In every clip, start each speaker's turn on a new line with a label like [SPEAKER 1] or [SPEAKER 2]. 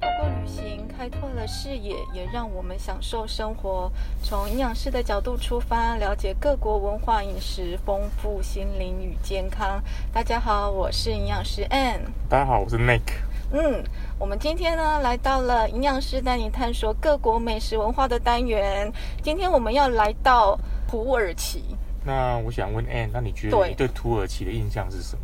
[SPEAKER 1] 透过旅行开拓了视野，也让我们享受生活。从营养师的角度出发，了解各国文化、饮食，丰富心灵与健康。大家好，我是营养师 Ann。
[SPEAKER 2] 大家好，我是 Nick。
[SPEAKER 1] 嗯，我们今天呢来到了营养师带你探索各国美食文化的单元。今天我们要来到土耳其。
[SPEAKER 2] 那我想问 Ann，那你觉得
[SPEAKER 1] 对
[SPEAKER 2] 你对土耳其的印象是什么？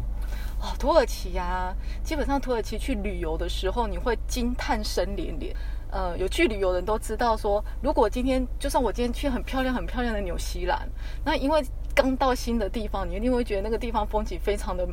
[SPEAKER 1] 哦，土耳其啊，基本上土耳其去旅游的时候，你会惊叹声连连。呃，有去旅游的人都知道说，如果今天就算我今天去很漂亮、很漂亮的纽西兰，那因为刚到新的地方，你一定会觉得那个地方风景非常的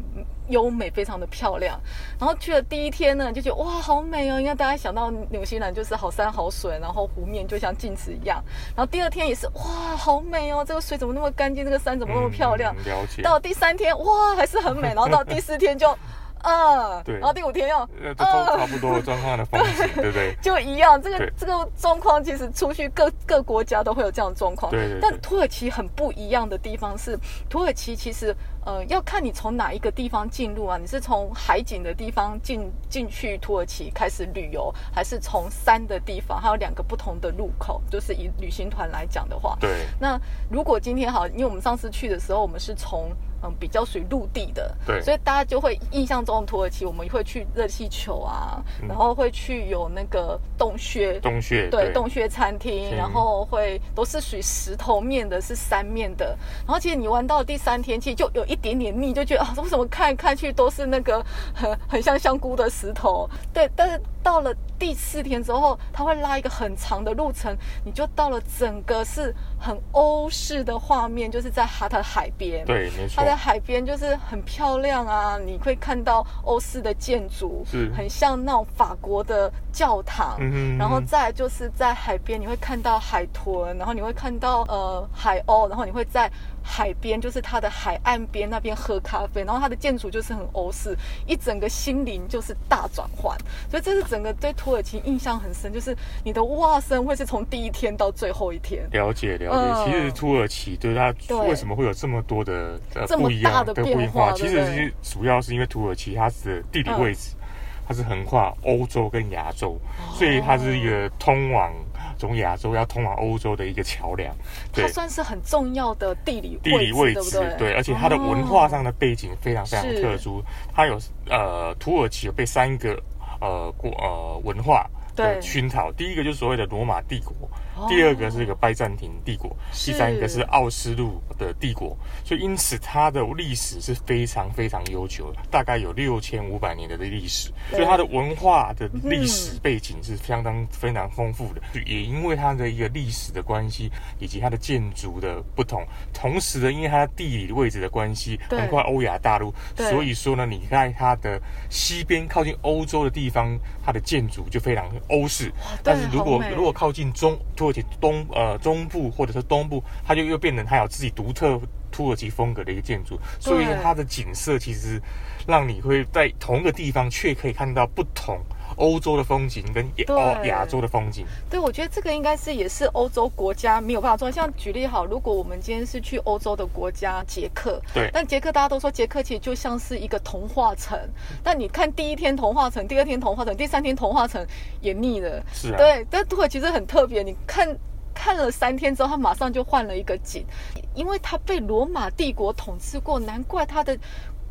[SPEAKER 1] 优美，非常的漂亮。然后去了第一天呢，就觉得哇，好美哦！因为大家想到纽西兰就是好山好水，然后湖面就像镜子一样。然后第二天也是哇，好美哦！这个水怎么那么干净？这个山怎么那么漂亮？
[SPEAKER 2] 嗯了解。
[SPEAKER 1] 到第三天哇还是很 美，然后到第四天就，啊，
[SPEAKER 2] 对
[SPEAKER 1] 然后第五天又
[SPEAKER 2] 呃，这都差不多的状况的风 景，对不对？
[SPEAKER 1] 就一样，这个
[SPEAKER 2] 对
[SPEAKER 1] 这个状况其实出去各各国家都会有这样的状况。
[SPEAKER 2] 对对对
[SPEAKER 1] 但土耳其很不一样的地方是，土耳其其实呃要看你从哪一个地方进入啊，你是从海景的地方进进去土耳其开始旅游，还是从山的地方？还有两个不同的入口，就是以旅行团来讲的话，
[SPEAKER 2] 对
[SPEAKER 1] 那如果今天好，因为我们上次去的时候，我们是从嗯比较属于陆地的，
[SPEAKER 2] 对
[SPEAKER 1] 所以大家就会印象中的土耳其，我们会去热气球啊，
[SPEAKER 2] 嗯
[SPEAKER 1] 然后会去有那个洞穴，
[SPEAKER 2] 洞穴，
[SPEAKER 1] 对洞穴餐厅，
[SPEAKER 2] 嗯
[SPEAKER 1] 然后会都是属于石头面的，是山面的。然后其实你玩到第三天，其实就有一点点腻，就觉得啊，为什么看来看去都是那个 很很像香菇的石头？对，但是到了第四天之后，它会拉一个很长的路程，你就到了整个是很欧式的画面，就是在哈特海边。
[SPEAKER 2] 对，没错
[SPEAKER 1] 它，的海边就是很漂亮啊，你会看到欧式的建筑，
[SPEAKER 2] 是
[SPEAKER 1] 很像那种法国的教堂，
[SPEAKER 2] 嗯哼
[SPEAKER 1] 然后再来就是在海边，你会看到海豚，然后你会看到呃海鸥，然后你会在海边，就是它的海岸边那边喝咖啡，然后它的建筑就是很欧式，一整个心灵就是大转换，所以这是整个对土耳其印象很深，就是你的哇声会是从第一天到最后一天。
[SPEAKER 2] 了解了
[SPEAKER 1] 嗯
[SPEAKER 2] 解。其实土耳其对它
[SPEAKER 1] 对
[SPEAKER 2] 为什么会有这么多的呃
[SPEAKER 1] 这么
[SPEAKER 2] 不一
[SPEAKER 1] 大
[SPEAKER 2] 样
[SPEAKER 1] 的
[SPEAKER 2] 的
[SPEAKER 1] 变
[SPEAKER 2] 不一样
[SPEAKER 1] 化
[SPEAKER 2] 其
[SPEAKER 1] 对
[SPEAKER 2] 实
[SPEAKER 1] 不对
[SPEAKER 2] 是主要是因为土耳其它的地理
[SPEAKER 1] 嗯哦
[SPEAKER 2] 位置，它是横跨欧洲跟亚洲，所以它是一个通往从亚洲要通往欧洲的一个桥梁。
[SPEAKER 1] 它
[SPEAKER 2] 对。
[SPEAKER 1] 算是很重要的地理
[SPEAKER 2] 地理位
[SPEAKER 1] 对不
[SPEAKER 2] 置，
[SPEAKER 1] 对？哦
[SPEAKER 2] 而且它的文化上的背景非常非常
[SPEAKER 1] 是
[SPEAKER 2] 特殊。它有呃，土耳其有被三个呃国呃文化
[SPEAKER 1] 对
[SPEAKER 2] 的熏陶，第一个就是所谓的罗马帝国，
[SPEAKER 1] 哦
[SPEAKER 2] 第二个是一个拜占庭帝国，
[SPEAKER 1] 是
[SPEAKER 2] 第三个是奥斯陆的帝国。所以因此它的历史是非常非常悠久的，大概有六千五百年的历史。
[SPEAKER 1] 对
[SPEAKER 2] 所以它的文化的历史背景是相当非常丰富的，也因为它的一个历史的关系，以及它的建筑的不同，同时呢，因为它地理位置的关系，
[SPEAKER 1] 对
[SPEAKER 2] 横跨欧亚大陆，
[SPEAKER 1] 对
[SPEAKER 2] 所以说呢，你看它的西边靠近欧洲的地方，它的建筑就非常欧式。但是如
[SPEAKER 1] 好
[SPEAKER 2] 果
[SPEAKER 1] 美
[SPEAKER 2] 如果靠近中土耳其东呃中部或者是东部，它就又变成它有自己独特土耳其风格的一个建筑，所以
[SPEAKER 1] 对
[SPEAKER 2] 它的景色其实让你会在同一个地方却可以看到不同欧洲的风景跟亚
[SPEAKER 1] 对
[SPEAKER 2] 哦亚洲的风景。
[SPEAKER 1] 对，我觉得这个应该是也是欧洲国家没有办法做到。像举例好，如果我们今天是去欧洲的国家捷克，
[SPEAKER 2] 对
[SPEAKER 1] 但捷克大家都说捷克其实就像是一个童话城。但你看第一天童话城，第二天童话城，第三天童话城也腻了。
[SPEAKER 2] 是啊，
[SPEAKER 1] 对，但土耳其是很特别，你看。看了三天之后，它马上就换了一个景，因为它被罗马帝国统治过，难怪它的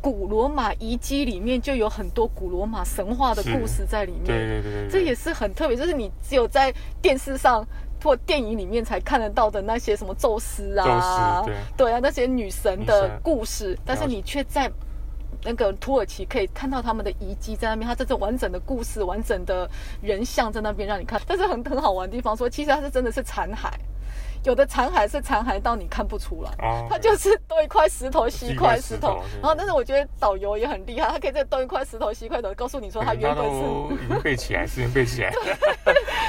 [SPEAKER 1] 古罗马遗迹里面就有很多古罗马神话的
[SPEAKER 2] 是
[SPEAKER 1] 故事在里面。
[SPEAKER 2] 对对对对对，
[SPEAKER 1] 这也是很特别，就是你只有在电视上或电影里面才看得到的那些什么宙斯啊，
[SPEAKER 2] 宙斯
[SPEAKER 1] 啊，那些女神
[SPEAKER 2] 女
[SPEAKER 1] 的
[SPEAKER 2] 神
[SPEAKER 1] 故事，但是你却在那个土耳其可以看到他们的遗迹在那边，它这种完整的故事、完整的人像在那边让你看。但是很很好玩的地方说，其实它是真的是残骸，有的残骸是残骸到你看不出来。
[SPEAKER 2] 啊，
[SPEAKER 1] 它就是东一块石头西一块石
[SPEAKER 2] 西一块
[SPEAKER 1] 头
[SPEAKER 2] 石头，对
[SPEAKER 1] 然后但是我觉得导游也很厉害，他可以在东一块石头西一块石头告诉你说
[SPEAKER 2] 可
[SPEAKER 1] 他
[SPEAKER 2] 能
[SPEAKER 1] 原
[SPEAKER 2] 他
[SPEAKER 1] 本是
[SPEAKER 2] 哎都已经背起来，事情背 起来，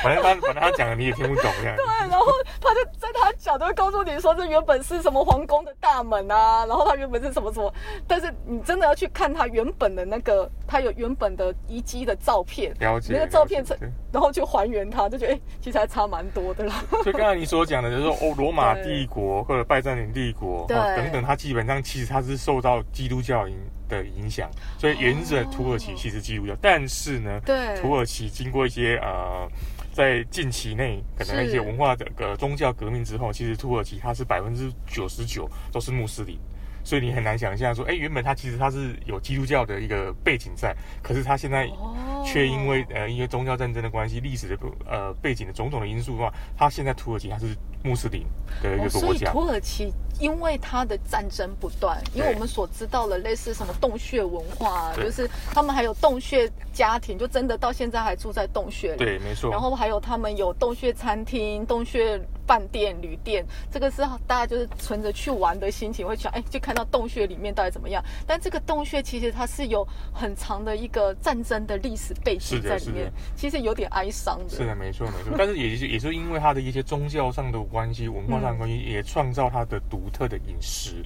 [SPEAKER 2] 反正他反正他讲的你也听不懂这样。
[SPEAKER 1] 对，啊 然后他就在他讲，就会告诉你说这原本是什么皇宫的大门啊，然后他原本是什么什么，但是你真的要去看他原本的那个，他有原本的遗迹的照片，
[SPEAKER 2] 了解
[SPEAKER 1] 那个照
[SPEAKER 2] 了解
[SPEAKER 1] 片成
[SPEAKER 2] 对
[SPEAKER 1] 然后去还原它，就觉得哎、其实还差蛮多的啦。
[SPEAKER 2] 就刚才你所讲的，就就是说哦，罗马帝国或者拜占庭帝国、
[SPEAKER 1] 对
[SPEAKER 2] 哦、等等，它基本上其实它是受到基督教影的影响，所以沿着土耳其
[SPEAKER 1] 哦
[SPEAKER 2] 其实基督教，但是呢，
[SPEAKER 1] 对，
[SPEAKER 2] 土耳其经过一些呃，在近期内可能
[SPEAKER 1] 是
[SPEAKER 2] 一些文化的呃宗教革命之后，其实土耳其它是百分之九十九都是穆斯林。所以你很难想象说，哎，原本它其实它是有基督教的一个背景在，可是它现在
[SPEAKER 1] 哦
[SPEAKER 2] 却因为呃因为宗教战争的关系，历史的不呃背景的种种的因素的话，它现在土耳其它是穆斯林的一
[SPEAKER 1] 哦
[SPEAKER 2] 个
[SPEAKER 1] 所
[SPEAKER 2] 国
[SPEAKER 1] 以
[SPEAKER 2] 家，
[SPEAKER 1] 土耳其因为它的战争不断，因为
[SPEAKER 2] 对
[SPEAKER 1] 我们所知道的类似什么洞穴文化、啊，
[SPEAKER 2] 对
[SPEAKER 1] 就是他们还有洞穴家庭，就真的到现在还住在洞穴里。
[SPEAKER 2] 对，没错。
[SPEAKER 1] 然后还有他们有洞穴餐厅、洞穴饭店、旅店，这个是大家就是存着去玩的心情，会想哎，就看到洞穴里面到底怎么样。但这个洞穴其实它是有很长的一个战争的历史背景
[SPEAKER 2] 是的
[SPEAKER 1] 在
[SPEAKER 2] 是
[SPEAKER 1] 里
[SPEAKER 2] 的
[SPEAKER 1] 面，其实有点哀伤的。
[SPEAKER 2] 是的，没错没错，但是也是也是因为它的一些宗教上的关系、文化上的关系，
[SPEAKER 1] 嗯
[SPEAKER 2] 也创造它的独特的饮食。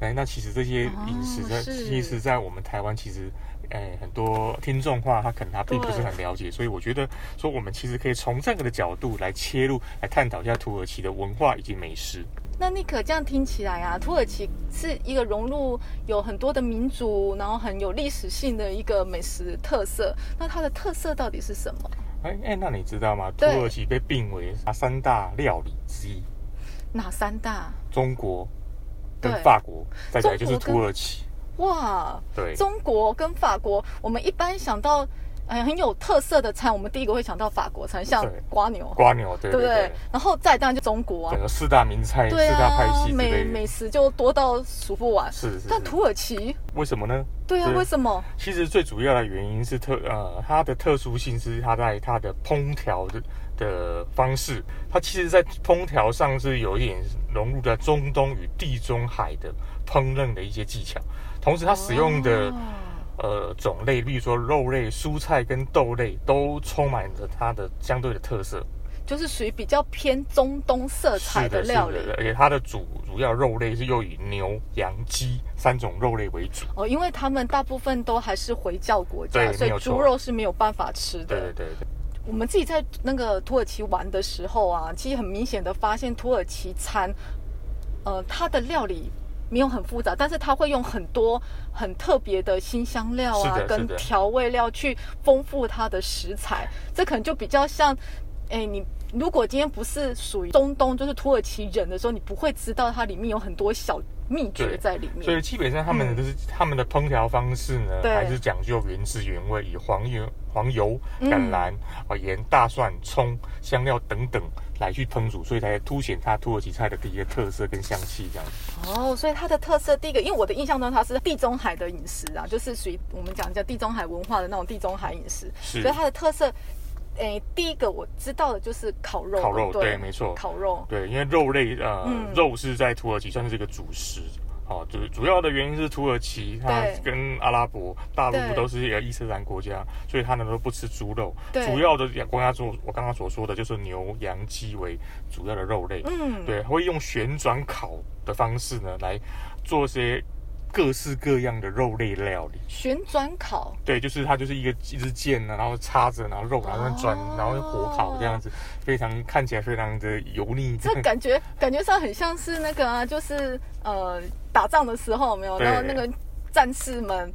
[SPEAKER 2] 哎，那其实这些饮食
[SPEAKER 1] 哦
[SPEAKER 2] 在，
[SPEAKER 1] 是
[SPEAKER 2] 其实在我们台湾，其实，哎，很多听众话他可能他并不是
[SPEAKER 1] 对
[SPEAKER 2] 很了解，所以我觉得说我们其实可以从这个的角度来切入，来探讨一下土耳其的文化以及美食。
[SPEAKER 1] 那尼可这样听起来啊，土耳其是一个融入有很多的民族，然后很有历史性的一个美食特色。那它的特色到底是什么？
[SPEAKER 2] 哎哎，那你知道吗？土
[SPEAKER 1] 对
[SPEAKER 2] 耳其被并为啊三大料理之一，
[SPEAKER 1] 哪三大？
[SPEAKER 2] 中国跟
[SPEAKER 1] 对
[SPEAKER 2] 法国，再来就
[SPEAKER 1] 中国
[SPEAKER 2] 是
[SPEAKER 1] 跟
[SPEAKER 2] 土耳其。
[SPEAKER 1] 哇，
[SPEAKER 2] 对，
[SPEAKER 1] 中国跟法国，我们一般想到哎很有特色的餐，我们第一个会想到法国餐，像
[SPEAKER 2] 对
[SPEAKER 1] 瓜牛，
[SPEAKER 2] 瓜牛，对
[SPEAKER 1] 对不
[SPEAKER 2] 对
[SPEAKER 1] 对
[SPEAKER 2] 对。？
[SPEAKER 1] 然后再当然就中国啊
[SPEAKER 2] 整，个四大名菜、
[SPEAKER 1] 对
[SPEAKER 2] 四大派
[SPEAKER 1] 啊
[SPEAKER 2] 系，之
[SPEAKER 1] 美
[SPEAKER 2] 类的
[SPEAKER 1] 美，食就多到数不完。
[SPEAKER 2] 是是是。
[SPEAKER 1] 但土耳其，
[SPEAKER 2] 为什么呢？
[SPEAKER 1] 对啊，
[SPEAKER 2] 对
[SPEAKER 1] 为什么？
[SPEAKER 2] 其实最主要的原因是特呃，它的特殊性是它在它的烹调的的方式，它其实在烹调上是有一点融入在中东与地中海的烹饪的一些技巧，同时它使用的、
[SPEAKER 1] 哦
[SPEAKER 2] 呃种类，例如说肉类、蔬菜跟豆类，都充满着它的相对的特色。
[SPEAKER 1] 就是属于比较偏中东色彩
[SPEAKER 2] 是
[SPEAKER 1] 的
[SPEAKER 2] 的，是
[SPEAKER 1] 料理
[SPEAKER 2] 的，而且它的主主要肉类是又以牛、羊、鸡三种肉类为主。
[SPEAKER 1] 哦，因为他们大部分都还是回教国家，
[SPEAKER 2] 对
[SPEAKER 1] 所以
[SPEAKER 2] 没有错
[SPEAKER 1] 猪肉是没有办法吃
[SPEAKER 2] 对对
[SPEAKER 1] 的。
[SPEAKER 2] 对对，
[SPEAKER 1] 我们自己在那个土耳其玩的时候啊，其实很明显的发现土耳其餐，呃，它的料理。没有很复杂，但是它会用很多很特别的新香料啊
[SPEAKER 2] 是的，
[SPEAKER 1] 跟
[SPEAKER 2] 是的
[SPEAKER 1] 调味料去丰富它的食材。这可能就比较像，哎，你如果今天不是属于中东，就是土耳其人的时候，你不会知道它里面有很多小秘诀
[SPEAKER 2] 对
[SPEAKER 1] 在里面。
[SPEAKER 2] 所以基本上他们的就是、他们的烹调方式呢，
[SPEAKER 1] 嗯对
[SPEAKER 2] 还是讲究原汁原味，以黄油、黄油、
[SPEAKER 1] 嗯
[SPEAKER 2] 橄榄、啊、盐、大蒜、葱、香料等等来去烹煮，所以才凸显它土耳其菜的第一个特色跟香气这样子。
[SPEAKER 1] 哦，所以它的特色第一个，因为我的印象中它是地中海的饮食啊，就是属于我们讲叫地中海文化的那种地中海饮食，
[SPEAKER 2] 是
[SPEAKER 1] 所以它的特色，诶、第一个我知道的就是烤肉，
[SPEAKER 2] 烤肉
[SPEAKER 1] 不
[SPEAKER 2] 对，没错，
[SPEAKER 1] 烤肉，
[SPEAKER 2] 对，因为肉类呃、
[SPEAKER 1] 嗯
[SPEAKER 2] 肉是在土耳其算是一个主食。哦，主主要的原因是土耳其它
[SPEAKER 1] 对
[SPEAKER 2] 跟阿拉伯大陆
[SPEAKER 1] 对
[SPEAKER 2] 都是一个伊斯兰国家，所以他们都不吃猪肉。
[SPEAKER 1] 对
[SPEAKER 2] 主要的国家做我刚刚所说的就是牛、羊、鸡为主要的肉类。
[SPEAKER 1] 嗯，
[SPEAKER 2] 对，会用旋转烤的方式呢来做些各式各样的肉类料理。
[SPEAKER 1] 旋转烤，
[SPEAKER 2] 对，就是它就是一个一支箭呢，然后插着，然后肉，然后转，
[SPEAKER 1] 哦
[SPEAKER 2] 然后火烤这样子，非常看起来非常的油腻。
[SPEAKER 1] 这感觉感觉上很像是那个啊，就是呃打仗的时候有没有，
[SPEAKER 2] 对
[SPEAKER 1] 然后那个战士们。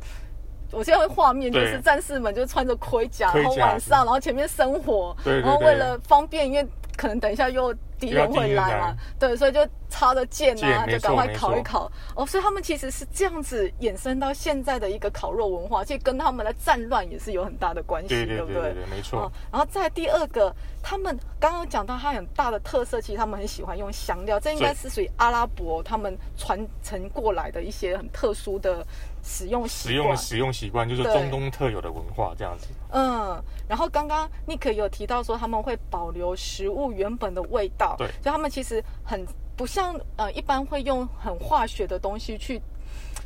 [SPEAKER 1] 我现在会画面就
[SPEAKER 2] 对
[SPEAKER 1] 是战士们就穿着盔甲，
[SPEAKER 2] 盔
[SPEAKER 1] 然后
[SPEAKER 2] 甲
[SPEAKER 1] 晚上，然后前面生火，
[SPEAKER 2] 对对
[SPEAKER 1] 然后
[SPEAKER 2] 对
[SPEAKER 1] 为了方便，因为可能等一下又敌人会来嘛，对，所以就插着剑啊，就
[SPEAKER 2] 剑没错
[SPEAKER 1] 赶快烤一烤。哦，所以他们其实是这样子衍生到现在的一个烤肉文化，其实跟他们的战乱也是有很大的 关系，
[SPEAKER 2] 对对
[SPEAKER 1] 不
[SPEAKER 2] 对对对，没错
[SPEAKER 1] 哦。，然后再来第二个，他们刚刚讲到它很大的特色，其实他们很喜欢用香料，这应该
[SPEAKER 2] 对
[SPEAKER 1] 是属于阿拉伯他们传承过来的一些很特殊的使用
[SPEAKER 2] 使
[SPEAKER 1] 习
[SPEAKER 2] 用的
[SPEAKER 1] 惯。
[SPEAKER 2] 使用习惯就是
[SPEAKER 1] 对
[SPEAKER 2] 中东特有的文化这样子。
[SPEAKER 1] 嗯，然后刚刚 Nick 有提到说他们会保留食物原本的味道，
[SPEAKER 2] 对
[SPEAKER 1] 所以他们其实很不像呃一般会用很化学的东西去。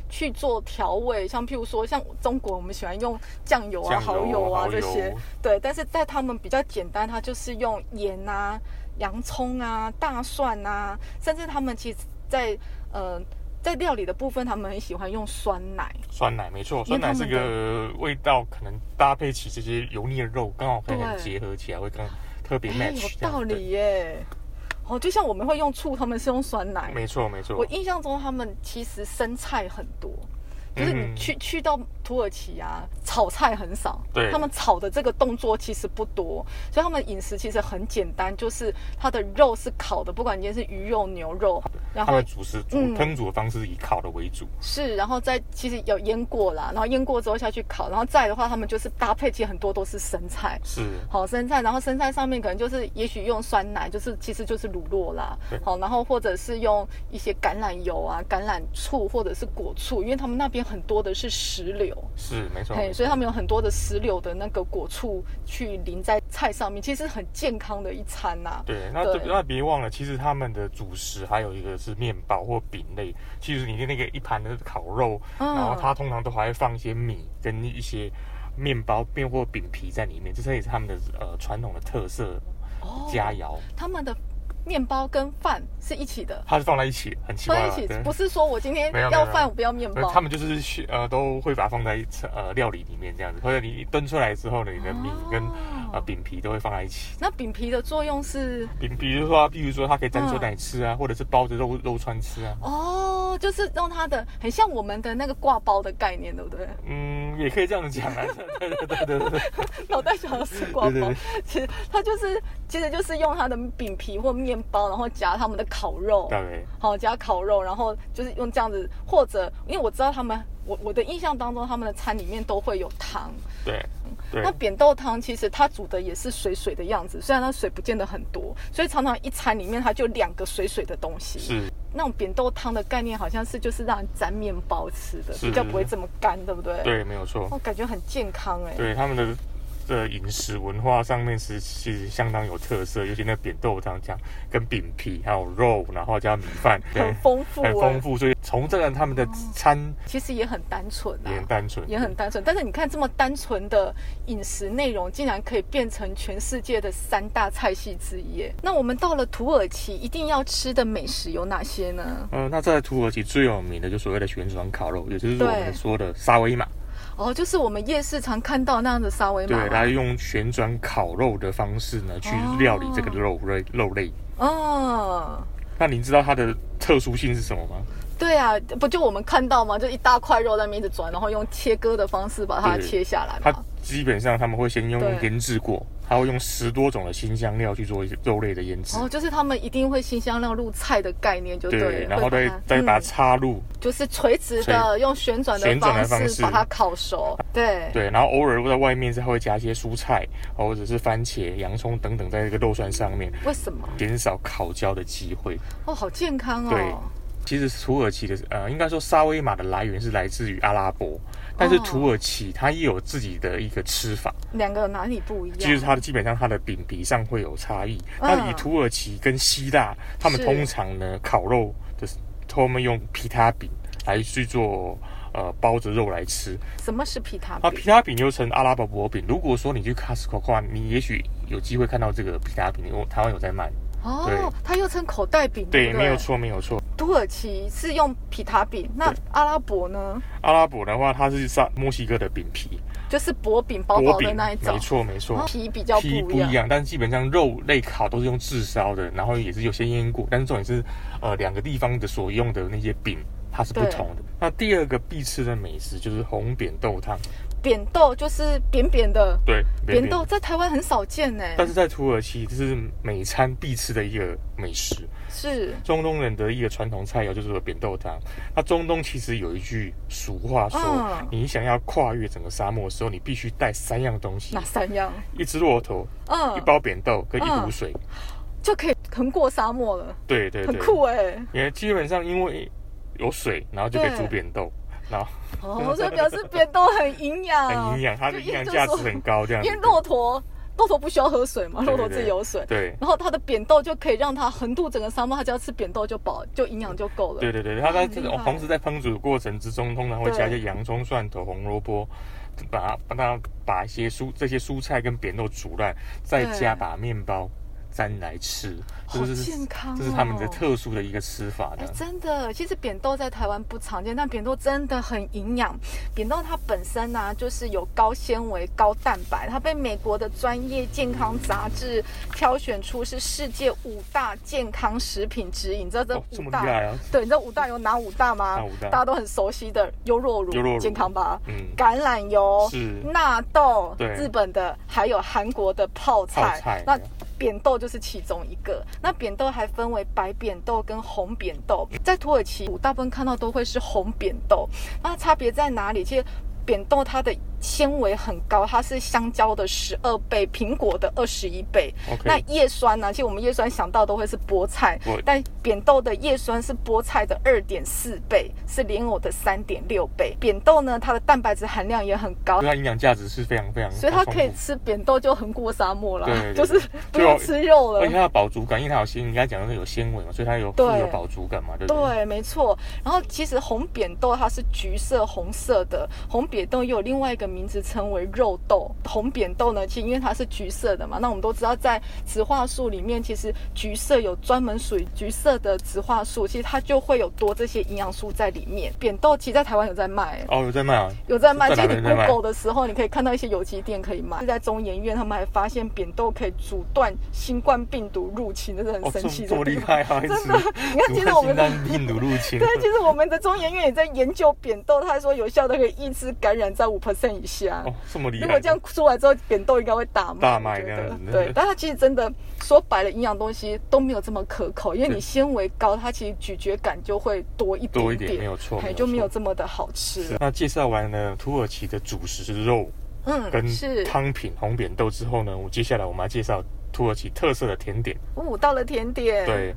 [SPEAKER 1] 去做调味，像譬如说，像中国我们喜欢用酱油啊、
[SPEAKER 2] 酱
[SPEAKER 1] 蚝油啊
[SPEAKER 2] 蚝
[SPEAKER 1] 这些
[SPEAKER 2] 油，
[SPEAKER 1] 对，但是在他们比较简单，它就是用盐啊、洋葱啊、大蒜啊，甚至他们其实在呃在料理的部分，他们很喜欢用酸奶。
[SPEAKER 2] 酸奶没错，
[SPEAKER 1] 因为
[SPEAKER 2] 酸
[SPEAKER 1] 他
[SPEAKER 2] 奶
[SPEAKER 1] 们
[SPEAKER 2] 这个味道可能搭配起这些油腻的肉，刚好可以
[SPEAKER 1] 对
[SPEAKER 2] 很结合起来，会更特别
[SPEAKER 1] 哎，有
[SPEAKER 2] match 这样子。
[SPEAKER 1] 道理耶。哦，就像我们会用醋，他们是用酸奶。
[SPEAKER 2] 没错没错
[SPEAKER 1] 我，印象中他们其实生菜很多，就是
[SPEAKER 2] 嗯
[SPEAKER 1] 你去、去到土耳其啊，炒菜很少，
[SPEAKER 2] 对
[SPEAKER 1] 他们炒的这个动作其实不多，所以他们饮食其实很简单，就是它的肉是烤的，不管你今天是鱼肉、牛肉，然
[SPEAKER 2] 他
[SPEAKER 1] 后
[SPEAKER 2] 们主食煮
[SPEAKER 1] 嗯
[SPEAKER 2] 烹煮的方式以烤的为主，
[SPEAKER 1] 是，然后再其实有腌过啦，然后腌过之后下去烤，然后再的话，他们就是搭配，其实很多都是生菜。
[SPEAKER 2] 是
[SPEAKER 1] 好生菜，然后生菜上面可能就是也许用酸奶，就是其实就是乳酪啦
[SPEAKER 2] 对，
[SPEAKER 1] 好，然后或者是用一些橄榄油啊、橄榄醋或者是果醋，因为他们那边很多的是石榴，
[SPEAKER 2] 是没错，
[SPEAKER 1] 嘿，
[SPEAKER 2] 哦没
[SPEAKER 1] 所以
[SPEAKER 2] 错
[SPEAKER 1] 他们有很多的石榴的那个果醋去淋在菜上面，其实很健康的一餐呐、
[SPEAKER 2] 对，那
[SPEAKER 1] 对
[SPEAKER 2] 这那别忘了，其实他们的主食还有一个是面包或饼类。其实你的那个一盘的烤肉，
[SPEAKER 1] 嗯
[SPEAKER 2] 然后它通常都还会放一些米跟一些面包面或饼皮在里面，这些也是他们的呃传统的特色
[SPEAKER 1] 哦
[SPEAKER 2] 佳肴，
[SPEAKER 1] 他们的面包跟饭是一起的，
[SPEAKER 2] 它是放在一起，很奇
[SPEAKER 1] 放
[SPEAKER 2] 怪
[SPEAKER 1] 在
[SPEAKER 2] 吧
[SPEAKER 1] 一起，
[SPEAKER 2] 对
[SPEAKER 1] 不是说我今天
[SPEAKER 2] 没有没有
[SPEAKER 1] 要
[SPEAKER 2] 没有
[SPEAKER 1] 饭，我不要面包
[SPEAKER 2] 呃。他们就是去呃都会把它放在一起呃料理里面这样子，或者你炖出来之后呢，你的米跟、呃
[SPEAKER 1] 哦
[SPEAKER 2] 饼皮都会放在一起。
[SPEAKER 1] 那饼皮的作用是
[SPEAKER 2] 比比如说，比如说它可以蘸
[SPEAKER 1] 嗯
[SPEAKER 2] 牛奶吃啊，或者是包着肉肉串吃啊，
[SPEAKER 1] 哦，就是用它的很像我们的那个挂包的概念，对不对？
[SPEAKER 2] 嗯，也可以这样子讲 啊，对对对对对对。
[SPEAKER 1] 脑袋想的是挂包，
[SPEAKER 2] 对对
[SPEAKER 1] 其实它就是其实就是用它的饼皮或面包，然后夹他们的烤肉，
[SPEAKER 2] 对，
[SPEAKER 1] 好夹烤肉，然后就是用这样子，或者因为我知道他们，我我的印象当中他们的餐里面都会有汤，
[SPEAKER 2] 对，
[SPEAKER 1] 那
[SPEAKER 2] 对，
[SPEAKER 1] 扁豆汤其实它煮的也是水水的样子，虽然它水不见得很多，所以常常一餐里面它就两个水水的东西，
[SPEAKER 2] 是，
[SPEAKER 1] 那种扁豆汤的概念好像是就是让人沾面包吃的，
[SPEAKER 2] 是
[SPEAKER 1] 比较不会这么干，对不对？，
[SPEAKER 2] 对，没有错
[SPEAKER 1] 我、，感觉很健康哎、
[SPEAKER 2] 对他们的的饮食文化上面是其实相当有特色，尤其那扁豆汤这样，跟饼皮还有肉，然后加米饭，对
[SPEAKER 1] 很，丰富、
[SPEAKER 2] 很
[SPEAKER 1] 哎
[SPEAKER 2] 丰富，所以从这个他们的餐
[SPEAKER 1] 其实也很单纯啊
[SPEAKER 2] 也。很单纯，
[SPEAKER 1] 也很单纯，但是你看这么单纯的饮食内容，竟然可以变成全世界的三大菜系之一耶。那我们到了土耳其，一定要吃的美食有哪些呢？
[SPEAKER 2] 嗯，那在土耳其最有名的就所谓的旋转烤肉，也就是我
[SPEAKER 1] 对
[SPEAKER 2] 们说的沙威玛，
[SPEAKER 1] 哦，就是我们夜市常看到那样的沙威玛
[SPEAKER 2] 对，
[SPEAKER 1] 嘛。
[SPEAKER 2] 它用旋转烤肉的方式呢去
[SPEAKER 1] 哦
[SPEAKER 2] 料理这个肉类肉类。
[SPEAKER 1] 嗯，
[SPEAKER 2] 那您知道它的特殊性是什么吗？
[SPEAKER 1] 对啊，不就我们看到吗？就一大块肉在那边一直转，然后用切割的方式把它
[SPEAKER 2] 对
[SPEAKER 1] 切下来
[SPEAKER 2] 它
[SPEAKER 1] 嘛。
[SPEAKER 2] 基本上他们会先用
[SPEAKER 1] 哦对
[SPEAKER 2] 腌制过，它会用十多种的新香料去做肉类的腌制，
[SPEAKER 1] 哦，就是他们一定会新香料入菜的概念，就对了。
[SPEAKER 2] 然后
[SPEAKER 1] 会
[SPEAKER 2] 再
[SPEAKER 1] 把它
[SPEAKER 2] 再把
[SPEAKER 1] 嗯
[SPEAKER 2] 它插入，
[SPEAKER 1] 就是垂直的
[SPEAKER 2] 垂
[SPEAKER 1] 用旋转的
[SPEAKER 2] 旋转
[SPEAKER 1] 方
[SPEAKER 2] 的方
[SPEAKER 1] 式
[SPEAKER 2] 式
[SPEAKER 1] 把它烤熟，对，
[SPEAKER 2] 对，然后偶尔在外面再会加一些蔬菜，哦或者是番茄、洋葱等等在这个肉串上面，
[SPEAKER 1] 为什么？
[SPEAKER 2] 减少烤焦的机会。
[SPEAKER 1] 哦，好健康
[SPEAKER 2] 对
[SPEAKER 1] 哦。
[SPEAKER 2] 其实土耳其的呃，应该说沙威玛的来源是来自于阿拉伯，但是
[SPEAKER 1] 哦
[SPEAKER 2] 土耳其它也有自己的一个吃法，
[SPEAKER 1] 两个哪里不一样？
[SPEAKER 2] 就是它的基本上它的饼皮上会有差异。
[SPEAKER 1] 嗯
[SPEAKER 2] 那以土耳其跟希腊，他们
[SPEAKER 1] 是
[SPEAKER 2] 通常呢烤肉的，他们用皮塔饼来去做。呃，包着肉来吃，
[SPEAKER 1] 什么是皮塔
[SPEAKER 2] 那
[SPEAKER 1] 饼？
[SPEAKER 2] 皮塔饼又称阿拉伯薄饼。如果说你去 Costco 的话，你也许有机会看到这个皮塔饼，我台湾有在卖。
[SPEAKER 1] 哦
[SPEAKER 2] 对，
[SPEAKER 1] 它又称口袋饼，
[SPEAKER 2] 对，
[SPEAKER 1] 不
[SPEAKER 2] 没有。错，没有错。
[SPEAKER 1] 土耳其是用皮塔饼，那
[SPEAKER 2] 对
[SPEAKER 1] 阿拉伯呢？
[SPEAKER 2] 阿拉伯的话，它是上墨西哥的饼皮，
[SPEAKER 1] 就是薄饼薄
[SPEAKER 2] 薄
[SPEAKER 1] 薄
[SPEAKER 2] 饼
[SPEAKER 1] 的那一种哦
[SPEAKER 2] 没，错没错。
[SPEAKER 1] 皮比较不
[SPEAKER 2] 皮不
[SPEAKER 1] 一
[SPEAKER 2] 一
[SPEAKER 1] 样。
[SPEAKER 2] 样，但是基本上肉类烤都是用炙烧的，然后也是有些腌过，但是重点是，呃，两个地方的所用的那些饼它是不
[SPEAKER 1] 对
[SPEAKER 2] 同的。那第二个必吃的美食就是红扁豆汤，
[SPEAKER 1] 扁豆就是扁扁的，
[SPEAKER 2] 对，
[SPEAKER 1] 扁豆，在台湾很少见呢。
[SPEAKER 2] 但是在土耳其这是每餐必吃的一个美食。
[SPEAKER 1] 是
[SPEAKER 2] 中东人的一个传统菜肴就是扁豆汤。那中东其实有一句俗话说，
[SPEAKER 1] 嗯
[SPEAKER 2] 你想要跨越整个沙漠的时候，你必须带三样东西
[SPEAKER 1] 哪：三样？
[SPEAKER 2] 一只骆驼、一
[SPEAKER 1] 嗯，
[SPEAKER 2] 包扁豆跟一壶
[SPEAKER 1] 嗯
[SPEAKER 2] 水。
[SPEAKER 1] 就可以横过沙漠了，
[SPEAKER 2] 对对
[SPEAKER 1] 很
[SPEAKER 2] 对，
[SPEAKER 1] 酷哎、
[SPEAKER 2] 因为基本上因为有水，然后就可以
[SPEAKER 1] 对
[SPEAKER 2] 煮扁豆，然后
[SPEAKER 1] 哦，所以表示扁豆很营养，
[SPEAKER 2] 很营养，它的
[SPEAKER 1] 就
[SPEAKER 2] 营养
[SPEAKER 1] 嗯就
[SPEAKER 2] 价
[SPEAKER 1] 说
[SPEAKER 2] 值 很高，这样子
[SPEAKER 1] 因为骆驼，骆驼不需要喝水嘛，
[SPEAKER 2] 对
[SPEAKER 1] 骆驼自己有水。
[SPEAKER 2] 对。
[SPEAKER 1] 然后它的扁豆就可以让它横渡整个沙漠，它只要吃扁豆就饱，就营养就够了。
[SPEAKER 2] 对对对，它在
[SPEAKER 1] 很
[SPEAKER 2] 这
[SPEAKER 1] 厉
[SPEAKER 2] 种
[SPEAKER 1] 害
[SPEAKER 2] 同时在烹煮的过程之中，通常会加一些洋葱、蒜头、红萝卜，把它把它把一些蔬这些蔬菜跟扁豆煮烂，再
[SPEAKER 1] 对
[SPEAKER 2] 加把面包沾来吃，
[SPEAKER 1] 好
[SPEAKER 2] 这是
[SPEAKER 1] 健康哦
[SPEAKER 2] 这是他们的特殊的一个吃法
[SPEAKER 1] 哎
[SPEAKER 2] 的，。
[SPEAKER 1] 真的，其实扁豆在台湾不常见，但扁豆真的很营养。扁豆它本身呢、就是有高纤维、高蛋白，它被美国的专业健康杂志挑选出是世界五大健康食品指引。你知道这
[SPEAKER 2] 哦，这么
[SPEAKER 1] 五
[SPEAKER 2] 厉
[SPEAKER 1] 大？
[SPEAKER 2] 害啊！
[SPEAKER 1] 对，你知道五大有哪五大吗？
[SPEAKER 2] 哪五大
[SPEAKER 1] 大家都很熟悉的优酪乳、
[SPEAKER 2] 优酪乳
[SPEAKER 1] 健康吧、
[SPEAKER 2] 嗯，
[SPEAKER 1] 橄榄油、
[SPEAKER 2] 是
[SPEAKER 1] 纳豆
[SPEAKER 2] 对，
[SPEAKER 1] 日本的，还有韩国的泡菜。
[SPEAKER 2] 泡菜
[SPEAKER 1] 那扁豆就是其中一个。那扁豆还分为白扁豆跟红扁豆，在土耳其我大部分看到都会是红扁豆。那差别在哪里？其实扁豆它的纤维很高，它是香蕉的十二倍，苹果的二十一倍。那
[SPEAKER 2] OK，
[SPEAKER 1] 叶酸呢、其实我们叶酸想到都会是菠菜
[SPEAKER 2] 我，
[SPEAKER 1] 但扁豆的叶酸是菠菜的二点四倍，是莲藕的三点六倍。扁豆呢，它的蛋白质含量也很高
[SPEAKER 2] 所以，它营养价值是非常非常，
[SPEAKER 1] 所以它可以
[SPEAKER 2] 丰富
[SPEAKER 1] 吃扁豆就横过沙漠了，
[SPEAKER 2] 对对
[SPEAKER 1] 就是不用吃肉
[SPEAKER 2] 而且
[SPEAKER 1] 了。
[SPEAKER 2] 它的饱足感，因为它有纤，你刚才讲的是有纤维嘛，所以它有富
[SPEAKER 1] 对
[SPEAKER 2] 有饱足感嘛，对不对？
[SPEAKER 1] 对，没错。然后其实红扁豆它是橘色、红色的，红扁豆又有另外一个名字称为肉豆。红扁豆呢，其实因为它是橘色的嘛，那我们都知道在植化素里面，其实橘色有专门属于橘色的植化素，其实它就会有多这些营养素在里面。扁豆其实在台湾有在卖、
[SPEAKER 2] 哦，有在卖啊，
[SPEAKER 1] 有在卖，
[SPEAKER 2] 在
[SPEAKER 1] 其
[SPEAKER 2] 哪
[SPEAKER 1] 实
[SPEAKER 2] 边
[SPEAKER 1] 你
[SPEAKER 2] 在卖
[SPEAKER 1] Google 的时候，你可以看到一些有机店可以买。在中研院，他们还发现扁豆可以阻断新冠病毒入侵，真的
[SPEAKER 2] 哦
[SPEAKER 1] 很，
[SPEAKER 2] 这
[SPEAKER 1] 神奇的
[SPEAKER 2] 么这么
[SPEAKER 1] 地
[SPEAKER 2] 厉
[SPEAKER 1] 方。
[SPEAKER 2] 害啊！真
[SPEAKER 1] 真的，你看，其实我们的
[SPEAKER 2] 新病毒入侵，
[SPEAKER 1] 对，啊其实我们的中研院也在研究扁豆，他说有效的可以抑制感染在五 percent 以下。
[SPEAKER 2] 哦，这么厉害，
[SPEAKER 1] 如果这样出来之后，扁豆应该会大卖，
[SPEAKER 2] 大卖
[SPEAKER 1] 我觉
[SPEAKER 2] 这
[SPEAKER 1] 得
[SPEAKER 2] 样子
[SPEAKER 1] 对，但它其实真的说白了，营养东西都没有这么可口，因为
[SPEAKER 2] 对
[SPEAKER 1] 你纤维高，它其实咀嚼感就会多一
[SPEAKER 2] 多一
[SPEAKER 1] 点
[SPEAKER 2] 点没有错
[SPEAKER 1] 哎
[SPEAKER 2] 没有
[SPEAKER 1] 就没有
[SPEAKER 2] 错
[SPEAKER 1] 这么的好吃
[SPEAKER 2] 是。那介绍完了土耳其的主食是肉跟
[SPEAKER 1] 嗯，是。
[SPEAKER 2] 汤品红扁豆之后呢，我接下来我们要介绍土耳其特色的甜点，
[SPEAKER 1] 哦，到了甜点。，
[SPEAKER 2] 对，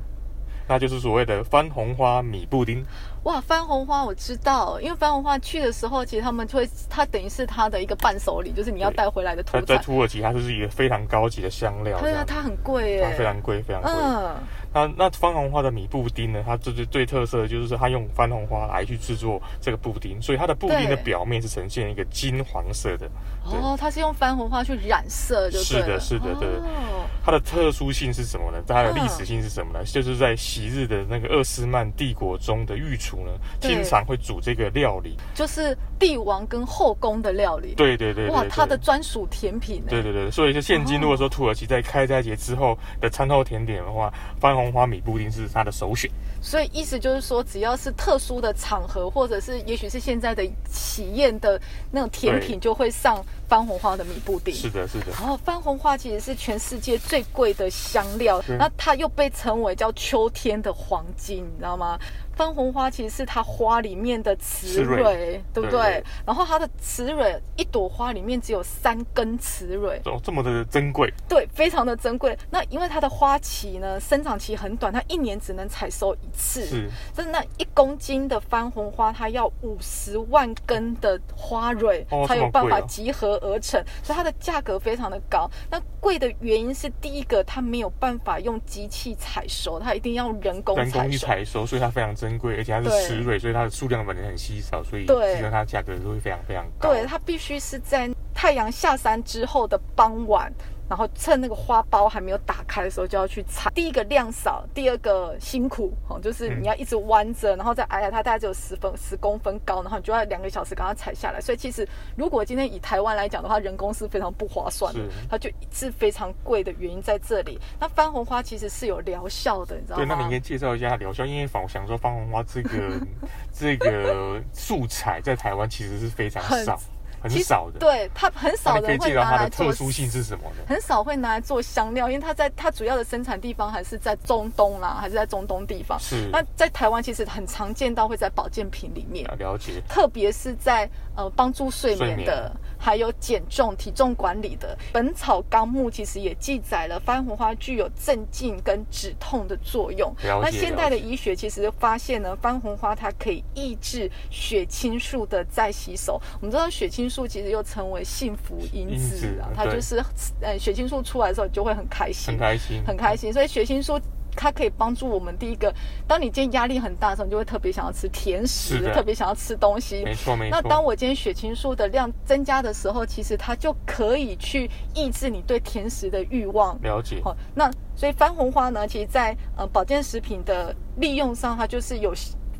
[SPEAKER 2] 那就是所谓的番红花米布丁。
[SPEAKER 1] 哇，番红花我知道，因为番红花去的时候，其实他们会，它等于是它的一个伴手礼，就是你要
[SPEAKER 2] 对
[SPEAKER 1] 带回来的土
[SPEAKER 2] 它在
[SPEAKER 1] 产。
[SPEAKER 2] 土耳其它就是一个非常高级的香料，
[SPEAKER 1] 对啊，
[SPEAKER 2] 这
[SPEAKER 1] 它
[SPEAKER 2] 样
[SPEAKER 1] 很贵耶。
[SPEAKER 2] 它非常贵，非常贵。
[SPEAKER 1] 嗯，
[SPEAKER 2] 那那番红花的米布丁呢？它最最最特色的就是说它用番红花来去制作这个布丁，所以它的布丁的
[SPEAKER 1] 对
[SPEAKER 2] 表面是呈现一个金黄色的。对
[SPEAKER 1] 哦，它是用番红花去染色就对了，
[SPEAKER 2] 是的是的对
[SPEAKER 1] 哦
[SPEAKER 2] 它的特殊性是什么呢？它的历
[SPEAKER 1] 嗯
[SPEAKER 2] 史性是什么呢？就是在昔日的那个鄂斯曼帝国中的御厨呢，
[SPEAKER 1] 对
[SPEAKER 2] 经常会煮这个料理。
[SPEAKER 1] 就是帝王跟后宫的料理。
[SPEAKER 2] 对对对对
[SPEAKER 1] 哇，
[SPEAKER 2] 对
[SPEAKER 1] 它的哦专属甜品欸呢。
[SPEAKER 2] 对对对，所以就现今如果说土耳其在开斋节之后的餐后甜点的话，番红花米布丁是它的首选。
[SPEAKER 1] 所以意思就是说，只要是特殊的场合，或者是也许是现在的喜宴的那种甜
[SPEAKER 2] 对
[SPEAKER 1] 品，就会上番红花的米布丁。
[SPEAKER 2] 是的，是的，
[SPEAKER 1] 然后番红花其实是全世界最贵的香料
[SPEAKER 2] 对，
[SPEAKER 1] 那它又被称为叫秋天的黄金，你知道吗？番红花其实是它花里面的雌
[SPEAKER 2] 雌
[SPEAKER 1] 蕊，
[SPEAKER 2] 蕊
[SPEAKER 1] 对不对？
[SPEAKER 2] 对对
[SPEAKER 1] 然后它的雌蕊一朵花里面只有三根雌蕊，
[SPEAKER 2] 哦，这么的珍贵。
[SPEAKER 1] 对，非常的珍贵。那因为它的花期呢，生长期很短，它一年只能采收一次。
[SPEAKER 2] 是，
[SPEAKER 1] 真的，一公斤的番红花，它要五十万根的花蕊、
[SPEAKER 2] 哦
[SPEAKER 1] 才
[SPEAKER 2] 这
[SPEAKER 1] 有
[SPEAKER 2] 么贵
[SPEAKER 1] 办法
[SPEAKER 2] 哦
[SPEAKER 1] 集合而成，所以它的价格非常的高。那贵的原因是，第一个它没有办法用机器采收，它一定要人工
[SPEAKER 2] 人工
[SPEAKER 1] 采
[SPEAKER 2] 去
[SPEAKER 1] 收。
[SPEAKER 2] 采收，所以它非常珍贵，而且它是
[SPEAKER 1] 对
[SPEAKER 2] 石蕊，所以它的数量本来很稀少，所以
[SPEAKER 1] 对
[SPEAKER 2] 其实它价格都会非常非常高。
[SPEAKER 1] 对，它必须是在太阳下山之后的傍晚。然后趁那个花苞还没有打开的时候就要去采。第一个量少，第二个辛苦哦，就是
[SPEAKER 2] 嗯
[SPEAKER 1] 你要一直弯着，然后再哎呀，它大概只有十分十公分高，然后你就要两个小时赶它采下来。所以其实如果今天以台湾来讲的话，人工是非常不划算的
[SPEAKER 2] 是，
[SPEAKER 1] 它就是非常贵的原因在这里。那番红花其实是有疗效的，你知道吗？
[SPEAKER 2] 对，那你应该介绍一下它疗效，因为我想说番红花这个 这个素材在台湾其实是非常
[SPEAKER 1] 很
[SPEAKER 2] 少，很
[SPEAKER 1] 其实
[SPEAKER 2] 少的。
[SPEAKER 1] 对它很
[SPEAKER 2] 那
[SPEAKER 1] 少
[SPEAKER 2] 你可以
[SPEAKER 1] 人会
[SPEAKER 2] 介绍
[SPEAKER 1] 拿
[SPEAKER 2] 它
[SPEAKER 1] 来
[SPEAKER 2] 的
[SPEAKER 1] 做
[SPEAKER 2] 特殊性是什么呢？
[SPEAKER 1] 很少会拿来做香料，因为它在它主要的生产地方还是在中东啦，还是在中东地方。
[SPEAKER 2] 是，
[SPEAKER 1] 那在台湾其实很常见到会在保健品里面，
[SPEAKER 2] 啊了解。
[SPEAKER 1] 特别是在呃帮助睡眠
[SPEAKER 2] 睡
[SPEAKER 1] 的
[SPEAKER 2] 眠，
[SPEAKER 1] 还有减重、体重管理的。《本草纲目》其实也记载了番红花具有镇静跟止痛的作用。
[SPEAKER 2] 了解
[SPEAKER 1] 那现代的医学其实发现呢，番红花它可以抑制血清素的再吸收。我们知道血清素其实又称为幸福因
[SPEAKER 2] 因
[SPEAKER 1] 子
[SPEAKER 2] 子
[SPEAKER 1] 啊，它
[SPEAKER 2] 对
[SPEAKER 1] 就是呃血清素出来的时候你就会很开心
[SPEAKER 2] 很，开心，
[SPEAKER 1] 很开心。所以血清素它可以帮助我们，第一个，当你今天压力很大的时候，你就会特别想要吃甜
[SPEAKER 2] 是
[SPEAKER 1] 食，
[SPEAKER 2] 的
[SPEAKER 1] 特别想要吃东西。
[SPEAKER 2] 没错没错。
[SPEAKER 1] 那当我今天血清素的量增加的时候，其实它就可以去抑制你对甜食的欲望。
[SPEAKER 2] 了解，
[SPEAKER 1] 好、那所以番红花呢，其实在呃保健食品的利用上，它就是有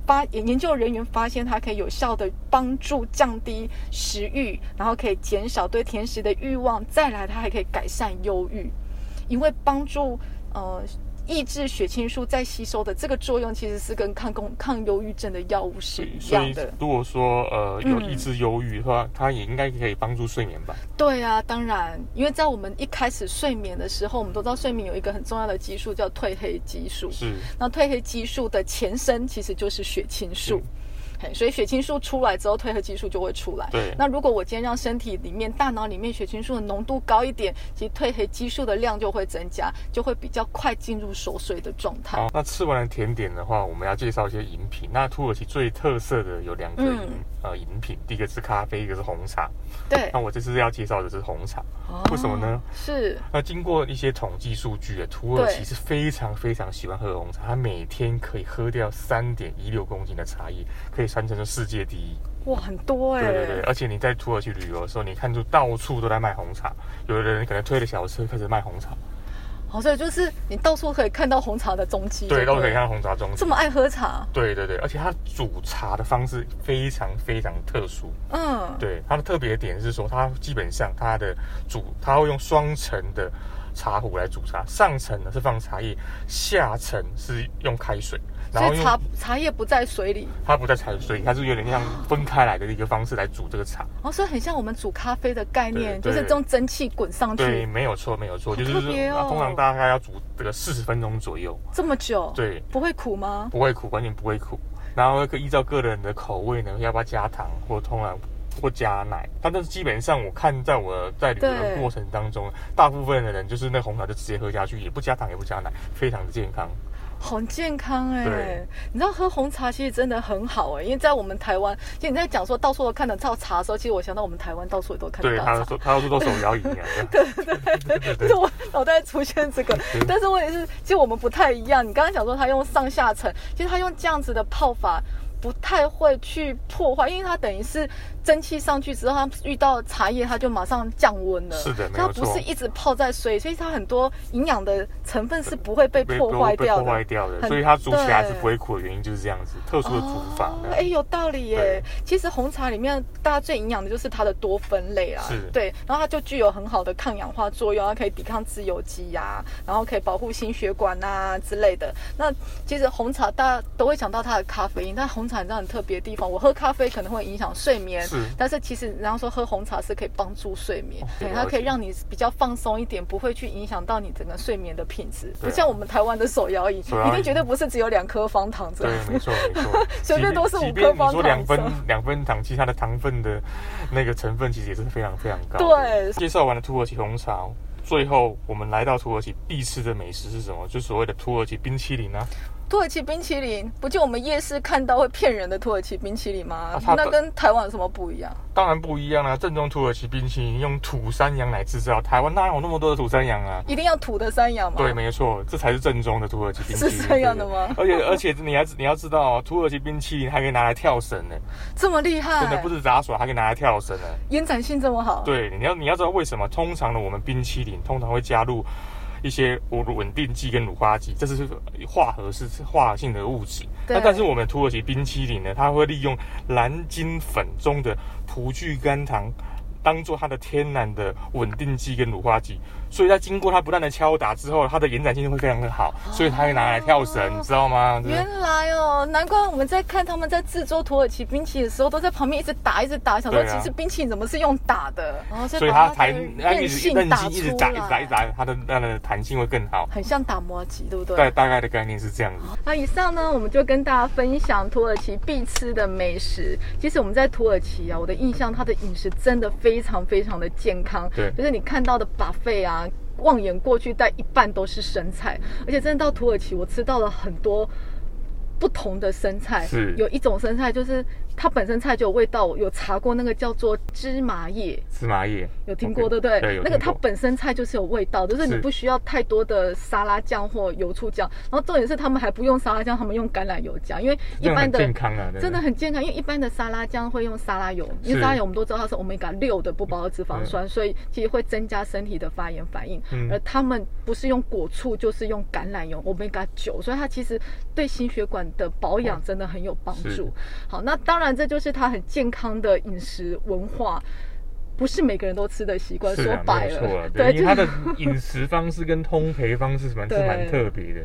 [SPEAKER 1] 发研究人员发现它可以有效的帮助降低食欲，然后可以减少对甜食的欲望，再来它还可以改善忧郁，因为帮助呃抑制血清素再吸收的这个作用，其实是跟抗共抗忧郁症的药物是一
[SPEAKER 2] 所
[SPEAKER 1] 样
[SPEAKER 2] 以
[SPEAKER 1] 的。
[SPEAKER 2] 如果说呃有
[SPEAKER 1] 嗯
[SPEAKER 2] 抑制忧郁的话，它也应该可以帮助睡眠吧？
[SPEAKER 1] 对啊，当然，因为在我们一开始睡眠的时候，我们都知道睡眠有一个很重要的激素叫褪黑激素。
[SPEAKER 2] 是，
[SPEAKER 1] 那褪黑激素的前身其实就是血清素
[SPEAKER 2] 嗯。
[SPEAKER 1] 嘿，所以血清素出来之后，褪黑激素就会出来。
[SPEAKER 2] 对，
[SPEAKER 1] 那如果我今天让身体里面、大脑里面血清素的浓度高一点，其实褪黑激素的量就会增加，就会比较快进入熟睡的状态。
[SPEAKER 2] 好，那吃完了甜点的话，我们要介绍一些饮品。那土耳其最特色的有两个饮、
[SPEAKER 1] 嗯
[SPEAKER 2] 呃饮品，第一个是咖啡，一个是红茶。
[SPEAKER 1] 对
[SPEAKER 2] 那，我这次要介绍的是红茶。为什么呢
[SPEAKER 1] 哦？是
[SPEAKER 2] 那经过一些统计数据，啊土耳其是非常非常喜欢喝红茶，它每天可以喝掉三点一六公斤的茶叶，可以堪称是世界第一。
[SPEAKER 1] 哇，很多哎、
[SPEAKER 2] 对对对，而且你在土耳其旅游的时候，你看出到处都在卖红茶，有的人可能推着小车开始卖红茶，
[SPEAKER 1] 好，哦所以就是你到处可以看到红茶的踪迹。
[SPEAKER 2] 对，
[SPEAKER 1] 不
[SPEAKER 2] 到处可以看到红茶中
[SPEAKER 1] 这么爱喝茶，
[SPEAKER 2] 对对对，而且它煮茶的方式非常非常特殊。
[SPEAKER 1] 嗯，
[SPEAKER 2] 对，它的特别点是说，它基本上它的煮，它会用双层的茶壶来煮茶，上层呢是放茶叶，下层是用开水，然
[SPEAKER 1] 所
[SPEAKER 2] 后
[SPEAKER 1] 以
[SPEAKER 2] 用
[SPEAKER 1] 茶茶叶不在水里，
[SPEAKER 2] 它不在茶水，它是有点像分开来的一个方式来煮这个茶。
[SPEAKER 1] 哦，所以很像我们煮咖啡的概念，就
[SPEAKER 2] 对对
[SPEAKER 1] 是这种蒸汽滚上
[SPEAKER 2] 对，
[SPEAKER 1] 去
[SPEAKER 2] 没有错，没有错，
[SPEAKER 1] 嗯好
[SPEAKER 2] 就是
[SPEAKER 1] 特
[SPEAKER 2] 说啊
[SPEAKER 1] 别哦
[SPEAKER 2] 通常大概要煮这个四十分钟左右。
[SPEAKER 1] 这么久，，
[SPEAKER 2] 对，
[SPEAKER 1] 不会苦吗？
[SPEAKER 2] 不会苦，完全不会苦。然后依照个人的口味呢，要不要加糖或通常或加奶。但是基本上我看在我在旅游的
[SPEAKER 1] 对
[SPEAKER 2] 过程当中，大部分的人就是那红茶就直接喝下去，也不加糖也不加奶，非常的健康。
[SPEAKER 1] 很健康哎、
[SPEAKER 2] 对
[SPEAKER 1] 你知道喝红茶其实真的很好哎、因为在我们台湾，其实你在讲说到处都看得到茶的时候，其实我想到我们台湾到处也都看得
[SPEAKER 2] 对，
[SPEAKER 1] 到
[SPEAKER 2] 他
[SPEAKER 1] 茶。
[SPEAKER 2] 说他说都手摇饮啊，对
[SPEAKER 1] 就是我脑袋出现这个
[SPEAKER 2] 对，
[SPEAKER 1] 但是问题是，其实我们不太一样。你刚刚讲说他用上下层，其实他用这样子的泡法。不太会去破坏，因为它等于是蒸汽上去之后，它遇到茶叶，它就马上降温了。
[SPEAKER 2] 是的没
[SPEAKER 1] 它
[SPEAKER 2] 有
[SPEAKER 1] 不
[SPEAKER 2] 错
[SPEAKER 1] 是一直泡在水里，所以它很多营养的成分是不会被破坏
[SPEAKER 2] 被
[SPEAKER 1] 掉
[SPEAKER 2] 破
[SPEAKER 1] 的。
[SPEAKER 2] 坏掉的，
[SPEAKER 1] 很
[SPEAKER 2] 所以它煮起来
[SPEAKER 1] 对
[SPEAKER 2] 是不会苦的原因就是这样子，特殊的煮法
[SPEAKER 1] 哦
[SPEAKER 2] 呢。
[SPEAKER 1] 哎、有道理耶
[SPEAKER 2] 对。
[SPEAKER 1] 其实红茶里面大家最营养的就是它的多酚类啦
[SPEAKER 2] 是，
[SPEAKER 1] 对，然后它就具有很好的抗氧化作用，它可以抵抗自由基呀、然后可以保护心血管啊之类的。那其实红茶大家都会想到它的咖啡因，但红茶你知道很特别的地方，我喝咖啡可能会影响睡眠。
[SPEAKER 2] 是
[SPEAKER 1] 但是其实人家说喝红茶是可以帮助睡眠，
[SPEAKER 2] 哦
[SPEAKER 1] 对，
[SPEAKER 2] 了
[SPEAKER 1] 它可以
[SPEAKER 2] 解
[SPEAKER 1] 让你比较放松一点，不会去影响到你整个睡眠的品质。不
[SPEAKER 2] 对啊
[SPEAKER 1] 像我们台湾的手摇饮，
[SPEAKER 2] 手摇
[SPEAKER 1] 一定
[SPEAKER 2] 饮
[SPEAKER 1] 绝对不是只有两颗方糖这
[SPEAKER 2] 对
[SPEAKER 1] 样。，，
[SPEAKER 2] 没错没错
[SPEAKER 1] 随便都是
[SPEAKER 2] 即
[SPEAKER 1] 五
[SPEAKER 2] 便
[SPEAKER 1] 克
[SPEAKER 2] 你
[SPEAKER 1] 方
[SPEAKER 2] 说两
[SPEAKER 1] 糖
[SPEAKER 2] 分
[SPEAKER 1] 是吧
[SPEAKER 2] 两分糖，其实它的糖分的那个成分其实也是非常非常高的。
[SPEAKER 1] 对
[SPEAKER 2] 介绍完了土耳其红茶，最后我们来到土耳其必吃的美食是什么？就所谓的土耳其冰淇淋啊。
[SPEAKER 1] 土耳其冰淇淋，不就我们夜市看到会骗人的土耳其冰淇淋吗？
[SPEAKER 2] 啊它
[SPEAKER 1] 那
[SPEAKER 2] 本
[SPEAKER 1] 跟台湾有什么不一样？
[SPEAKER 2] 当然不一样啦、啊正宗土耳其冰淇淋用土山羊来制造，台湾哪有那么多的土山羊啊？
[SPEAKER 1] 一定要土的山羊吗？
[SPEAKER 2] 对，没错，这才是正宗的土耳其冰淇淋。
[SPEAKER 1] 是这样的吗
[SPEAKER 2] 对对而且而且你还你要知道、哦，土耳其冰淇淋还可以拿来跳绳呢，
[SPEAKER 1] 这么厉害，
[SPEAKER 2] 真的不是杂耍，还可以拿来跳绳呢。
[SPEAKER 1] 延展性这么好。，
[SPEAKER 2] 对，你要你要知道为什么？通常呢，我们冰淇淋通常会加入一些我稳定剂跟乳化剂，这是化合是化合性的物质。
[SPEAKER 1] 对
[SPEAKER 2] 那但是我们土耳其冰淇淋呢，它会利用蓝鲸粉中的葡聚甘糖。当做它的天然的稳定剂跟乳化剂，所以在经过它不断的敲打之后，它的延展性会非常的好，所以它会拿来跳绳，你知道吗？就是
[SPEAKER 1] 原来哦，难怪我们在看他们在制作土耳其冰淇淋的时候，都在旁边一直打，一直打，想说
[SPEAKER 2] 对
[SPEAKER 1] 其
[SPEAKER 2] 啊
[SPEAKER 1] 实冰淇淋怎么是用打的？然后
[SPEAKER 2] 所以
[SPEAKER 1] 把
[SPEAKER 2] 它才
[SPEAKER 1] 的
[SPEAKER 2] 它
[SPEAKER 1] 韧
[SPEAKER 2] 一直
[SPEAKER 1] 性
[SPEAKER 2] 韧
[SPEAKER 1] 打
[SPEAKER 2] 性一直
[SPEAKER 1] 出
[SPEAKER 2] 打
[SPEAKER 1] 来，
[SPEAKER 2] 一直打一直打，它的那个弹性会更好。
[SPEAKER 1] 很像打磨机，对不对？
[SPEAKER 2] 大大概的概念是这样子。
[SPEAKER 1] 那以上呢，我们就跟大家分享土耳其必吃的美食。其实我们在土耳其啊，我的印象，它的饮食真的非常非常的健康，
[SPEAKER 2] 对
[SPEAKER 1] 就是你看到的 buffet 啊，望眼过去，但一半都是生菜，而且真的到土耳其，我吃到了很多不同的生菜，
[SPEAKER 2] 是
[SPEAKER 1] 有一种生菜就是它本身菜就有味道，我有查过那个叫做芝麻叶，
[SPEAKER 2] 芝麻叶
[SPEAKER 1] 有听过
[SPEAKER 2] OK，
[SPEAKER 1] 对不对？
[SPEAKER 2] 对，有
[SPEAKER 1] 那个
[SPEAKER 2] 听
[SPEAKER 1] 它
[SPEAKER 2] 过
[SPEAKER 1] 本身菜就是有味道，就是你
[SPEAKER 2] 是
[SPEAKER 1] 不需要太多的沙拉酱或油醋酱。然后重点是他们还不用沙拉酱，他们用橄榄油酱，因为一
[SPEAKER 2] 这样
[SPEAKER 1] 般
[SPEAKER 2] 很
[SPEAKER 1] 的
[SPEAKER 2] 健康啊，
[SPEAKER 1] 真的很健康，因为一般的沙拉酱会用沙拉油，因为
[SPEAKER 2] 是
[SPEAKER 1] 沙拉油我们都知道它是 omega 六的不饱和脂肪酸，所以其实会增加身体的发炎反应。
[SPEAKER 2] 嗯
[SPEAKER 1] 而他们不是用果醋，就是用橄榄油 omega 九，所以它其实对心血管的保养真的很有帮助
[SPEAKER 2] 是。
[SPEAKER 1] 好，那当然这就是它很健康的饮食文化。不是每个人都吃的习惯，
[SPEAKER 2] 是
[SPEAKER 1] 说
[SPEAKER 2] 啊，
[SPEAKER 1] 白
[SPEAKER 2] 没有错 啊
[SPEAKER 1] 了，，
[SPEAKER 2] 对，因
[SPEAKER 1] 就是
[SPEAKER 2] 为它的饮食方式跟烘焙方式是蛮是蛮
[SPEAKER 1] 对
[SPEAKER 2] 特别的，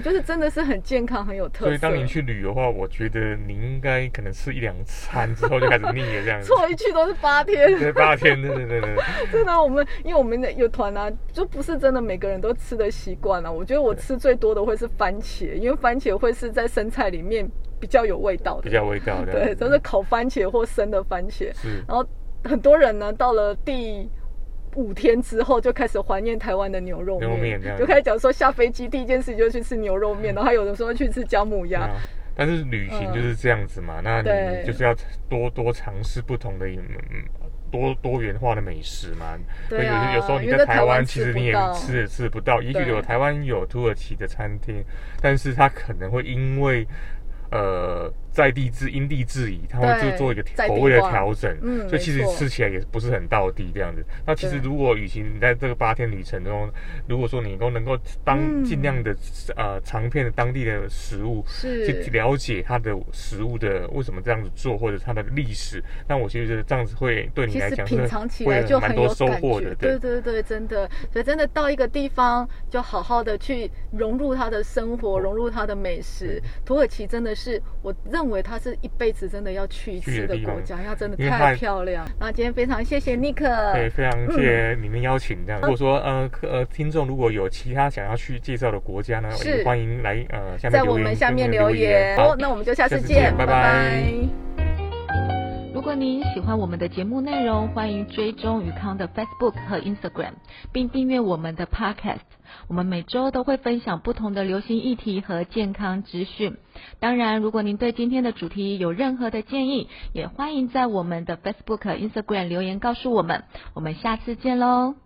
[SPEAKER 1] 对，就是真的是很健康，很有特色。
[SPEAKER 2] 所以当您去旅游的话，我觉得你应该可能吃一两餐之后就开始腻了这样 子。
[SPEAKER 1] 错一去都是八天，
[SPEAKER 2] 对，八天，对对对对，
[SPEAKER 1] 真的，啊我们因为我们的有团啊，就不是真的每个人都吃的习惯啊。我觉得我吃最多的会是番茄，因为番茄会是在生菜里面比较有味道的，
[SPEAKER 2] 比较有嗯味道的。
[SPEAKER 1] 对，都是烤番茄或生的番茄。
[SPEAKER 2] 是
[SPEAKER 1] 然后很多人呢，到了第五天之后就开始怀念台湾的牛肉面，
[SPEAKER 2] 牛肉面这样嗯
[SPEAKER 1] 就开始讲说下飞机第一件事就去吃牛肉面，然后还有人说去吃姜母鸭。
[SPEAKER 2] 啊。但是旅行就是这样子嘛，那
[SPEAKER 1] 嗯对
[SPEAKER 2] 你就是要多多尝试不同的饮嗯多多元化的美食嘛。
[SPEAKER 1] 对啊
[SPEAKER 2] 所以有些有时候你
[SPEAKER 1] 因为
[SPEAKER 2] 在
[SPEAKER 1] 在
[SPEAKER 2] 台
[SPEAKER 1] 台湾
[SPEAKER 2] 湾，
[SPEAKER 1] 吃
[SPEAKER 2] 其实
[SPEAKER 1] 不
[SPEAKER 2] 你也
[SPEAKER 1] 到
[SPEAKER 2] 吃也吃不到。也许
[SPEAKER 1] 对
[SPEAKER 2] 有台湾有土耳其的餐厅，但是它可能会因为呃在地制因地制宜，它会
[SPEAKER 1] 对
[SPEAKER 2] 就做一个
[SPEAKER 1] 在地
[SPEAKER 2] 口味的
[SPEAKER 1] 化
[SPEAKER 2] 调整。
[SPEAKER 1] 嗯
[SPEAKER 2] 所以其实
[SPEAKER 1] 没错
[SPEAKER 2] 吃起来也不是很到地这样子。那其实
[SPEAKER 1] 对
[SPEAKER 2] 如果与其你在这个八天旅程中，如果说你够能够当
[SPEAKER 1] 嗯
[SPEAKER 2] 尽量的、呃尝遍当地的食物，去
[SPEAKER 1] 是，
[SPEAKER 2] 了解它的食物的为什么这样子做，或者它的历史。那我其实觉得这样子会对你
[SPEAKER 1] 其
[SPEAKER 2] 来
[SPEAKER 1] 实
[SPEAKER 2] 讲
[SPEAKER 1] 品
[SPEAKER 2] 是
[SPEAKER 1] 尝起
[SPEAKER 2] 会
[SPEAKER 1] 来就
[SPEAKER 2] 蛮
[SPEAKER 1] 很
[SPEAKER 2] 多
[SPEAKER 1] 有
[SPEAKER 2] 收
[SPEAKER 1] 感
[SPEAKER 2] 获
[SPEAKER 1] 觉
[SPEAKER 2] 的，，
[SPEAKER 1] 对对对，真的，所以真的到一个地方就好好的去融入他的生活，融入他的美食。土耳其真的是，我认为它是一辈子真的要去一
[SPEAKER 2] 去
[SPEAKER 1] 次
[SPEAKER 2] 的
[SPEAKER 1] 的
[SPEAKER 2] 地
[SPEAKER 1] 国
[SPEAKER 2] 方
[SPEAKER 1] 家，它真的
[SPEAKER 2] 因为
[SPEAKER 1] 太
[SPEAKER 2] 它
[SPEAKER 1] 漂亮。那今天非常谢谢尼克，
[SPEAKER 2] 对，非常谢谢你们邀请。
[SPEAKER 1] 嗯
[SPEAKER 2] 这样，如果说呃客呃听众如果有其他想要去介绍的国家呢，
[SPEAKER 1] 是
[SPEAKER 2] 也欢迎来呃下面
[SPEAKER 1] 在
[SPEAKER 2] 留
[SPEAKER 1] 我
[SPEAKER 2] 言
[SPEAKER 1] 们下面留言。
[SPEAKER 2] 好
[SPEAKER 1] 好，，那我们就下次
[SPEAKER 2] 下次
[SPEAKER 1] 见
[SPEAKER 2] 见，
[SPEAKER 1] 拜拜
[SPEAKER 2] 拜拜。
[SPEAKER 3] 如果您喜欢我们的节目内容，欢迎追踪宇康的 Facebook 和 Instagram，并订阅我们的 Podcast。我们每周都会分享不同的流行议题和健康资讯。当然，如果您对今天的主题有任何的建议，也欢迎在我们的 Facebook、Instagram 留言告诉我们。我们下次见喽！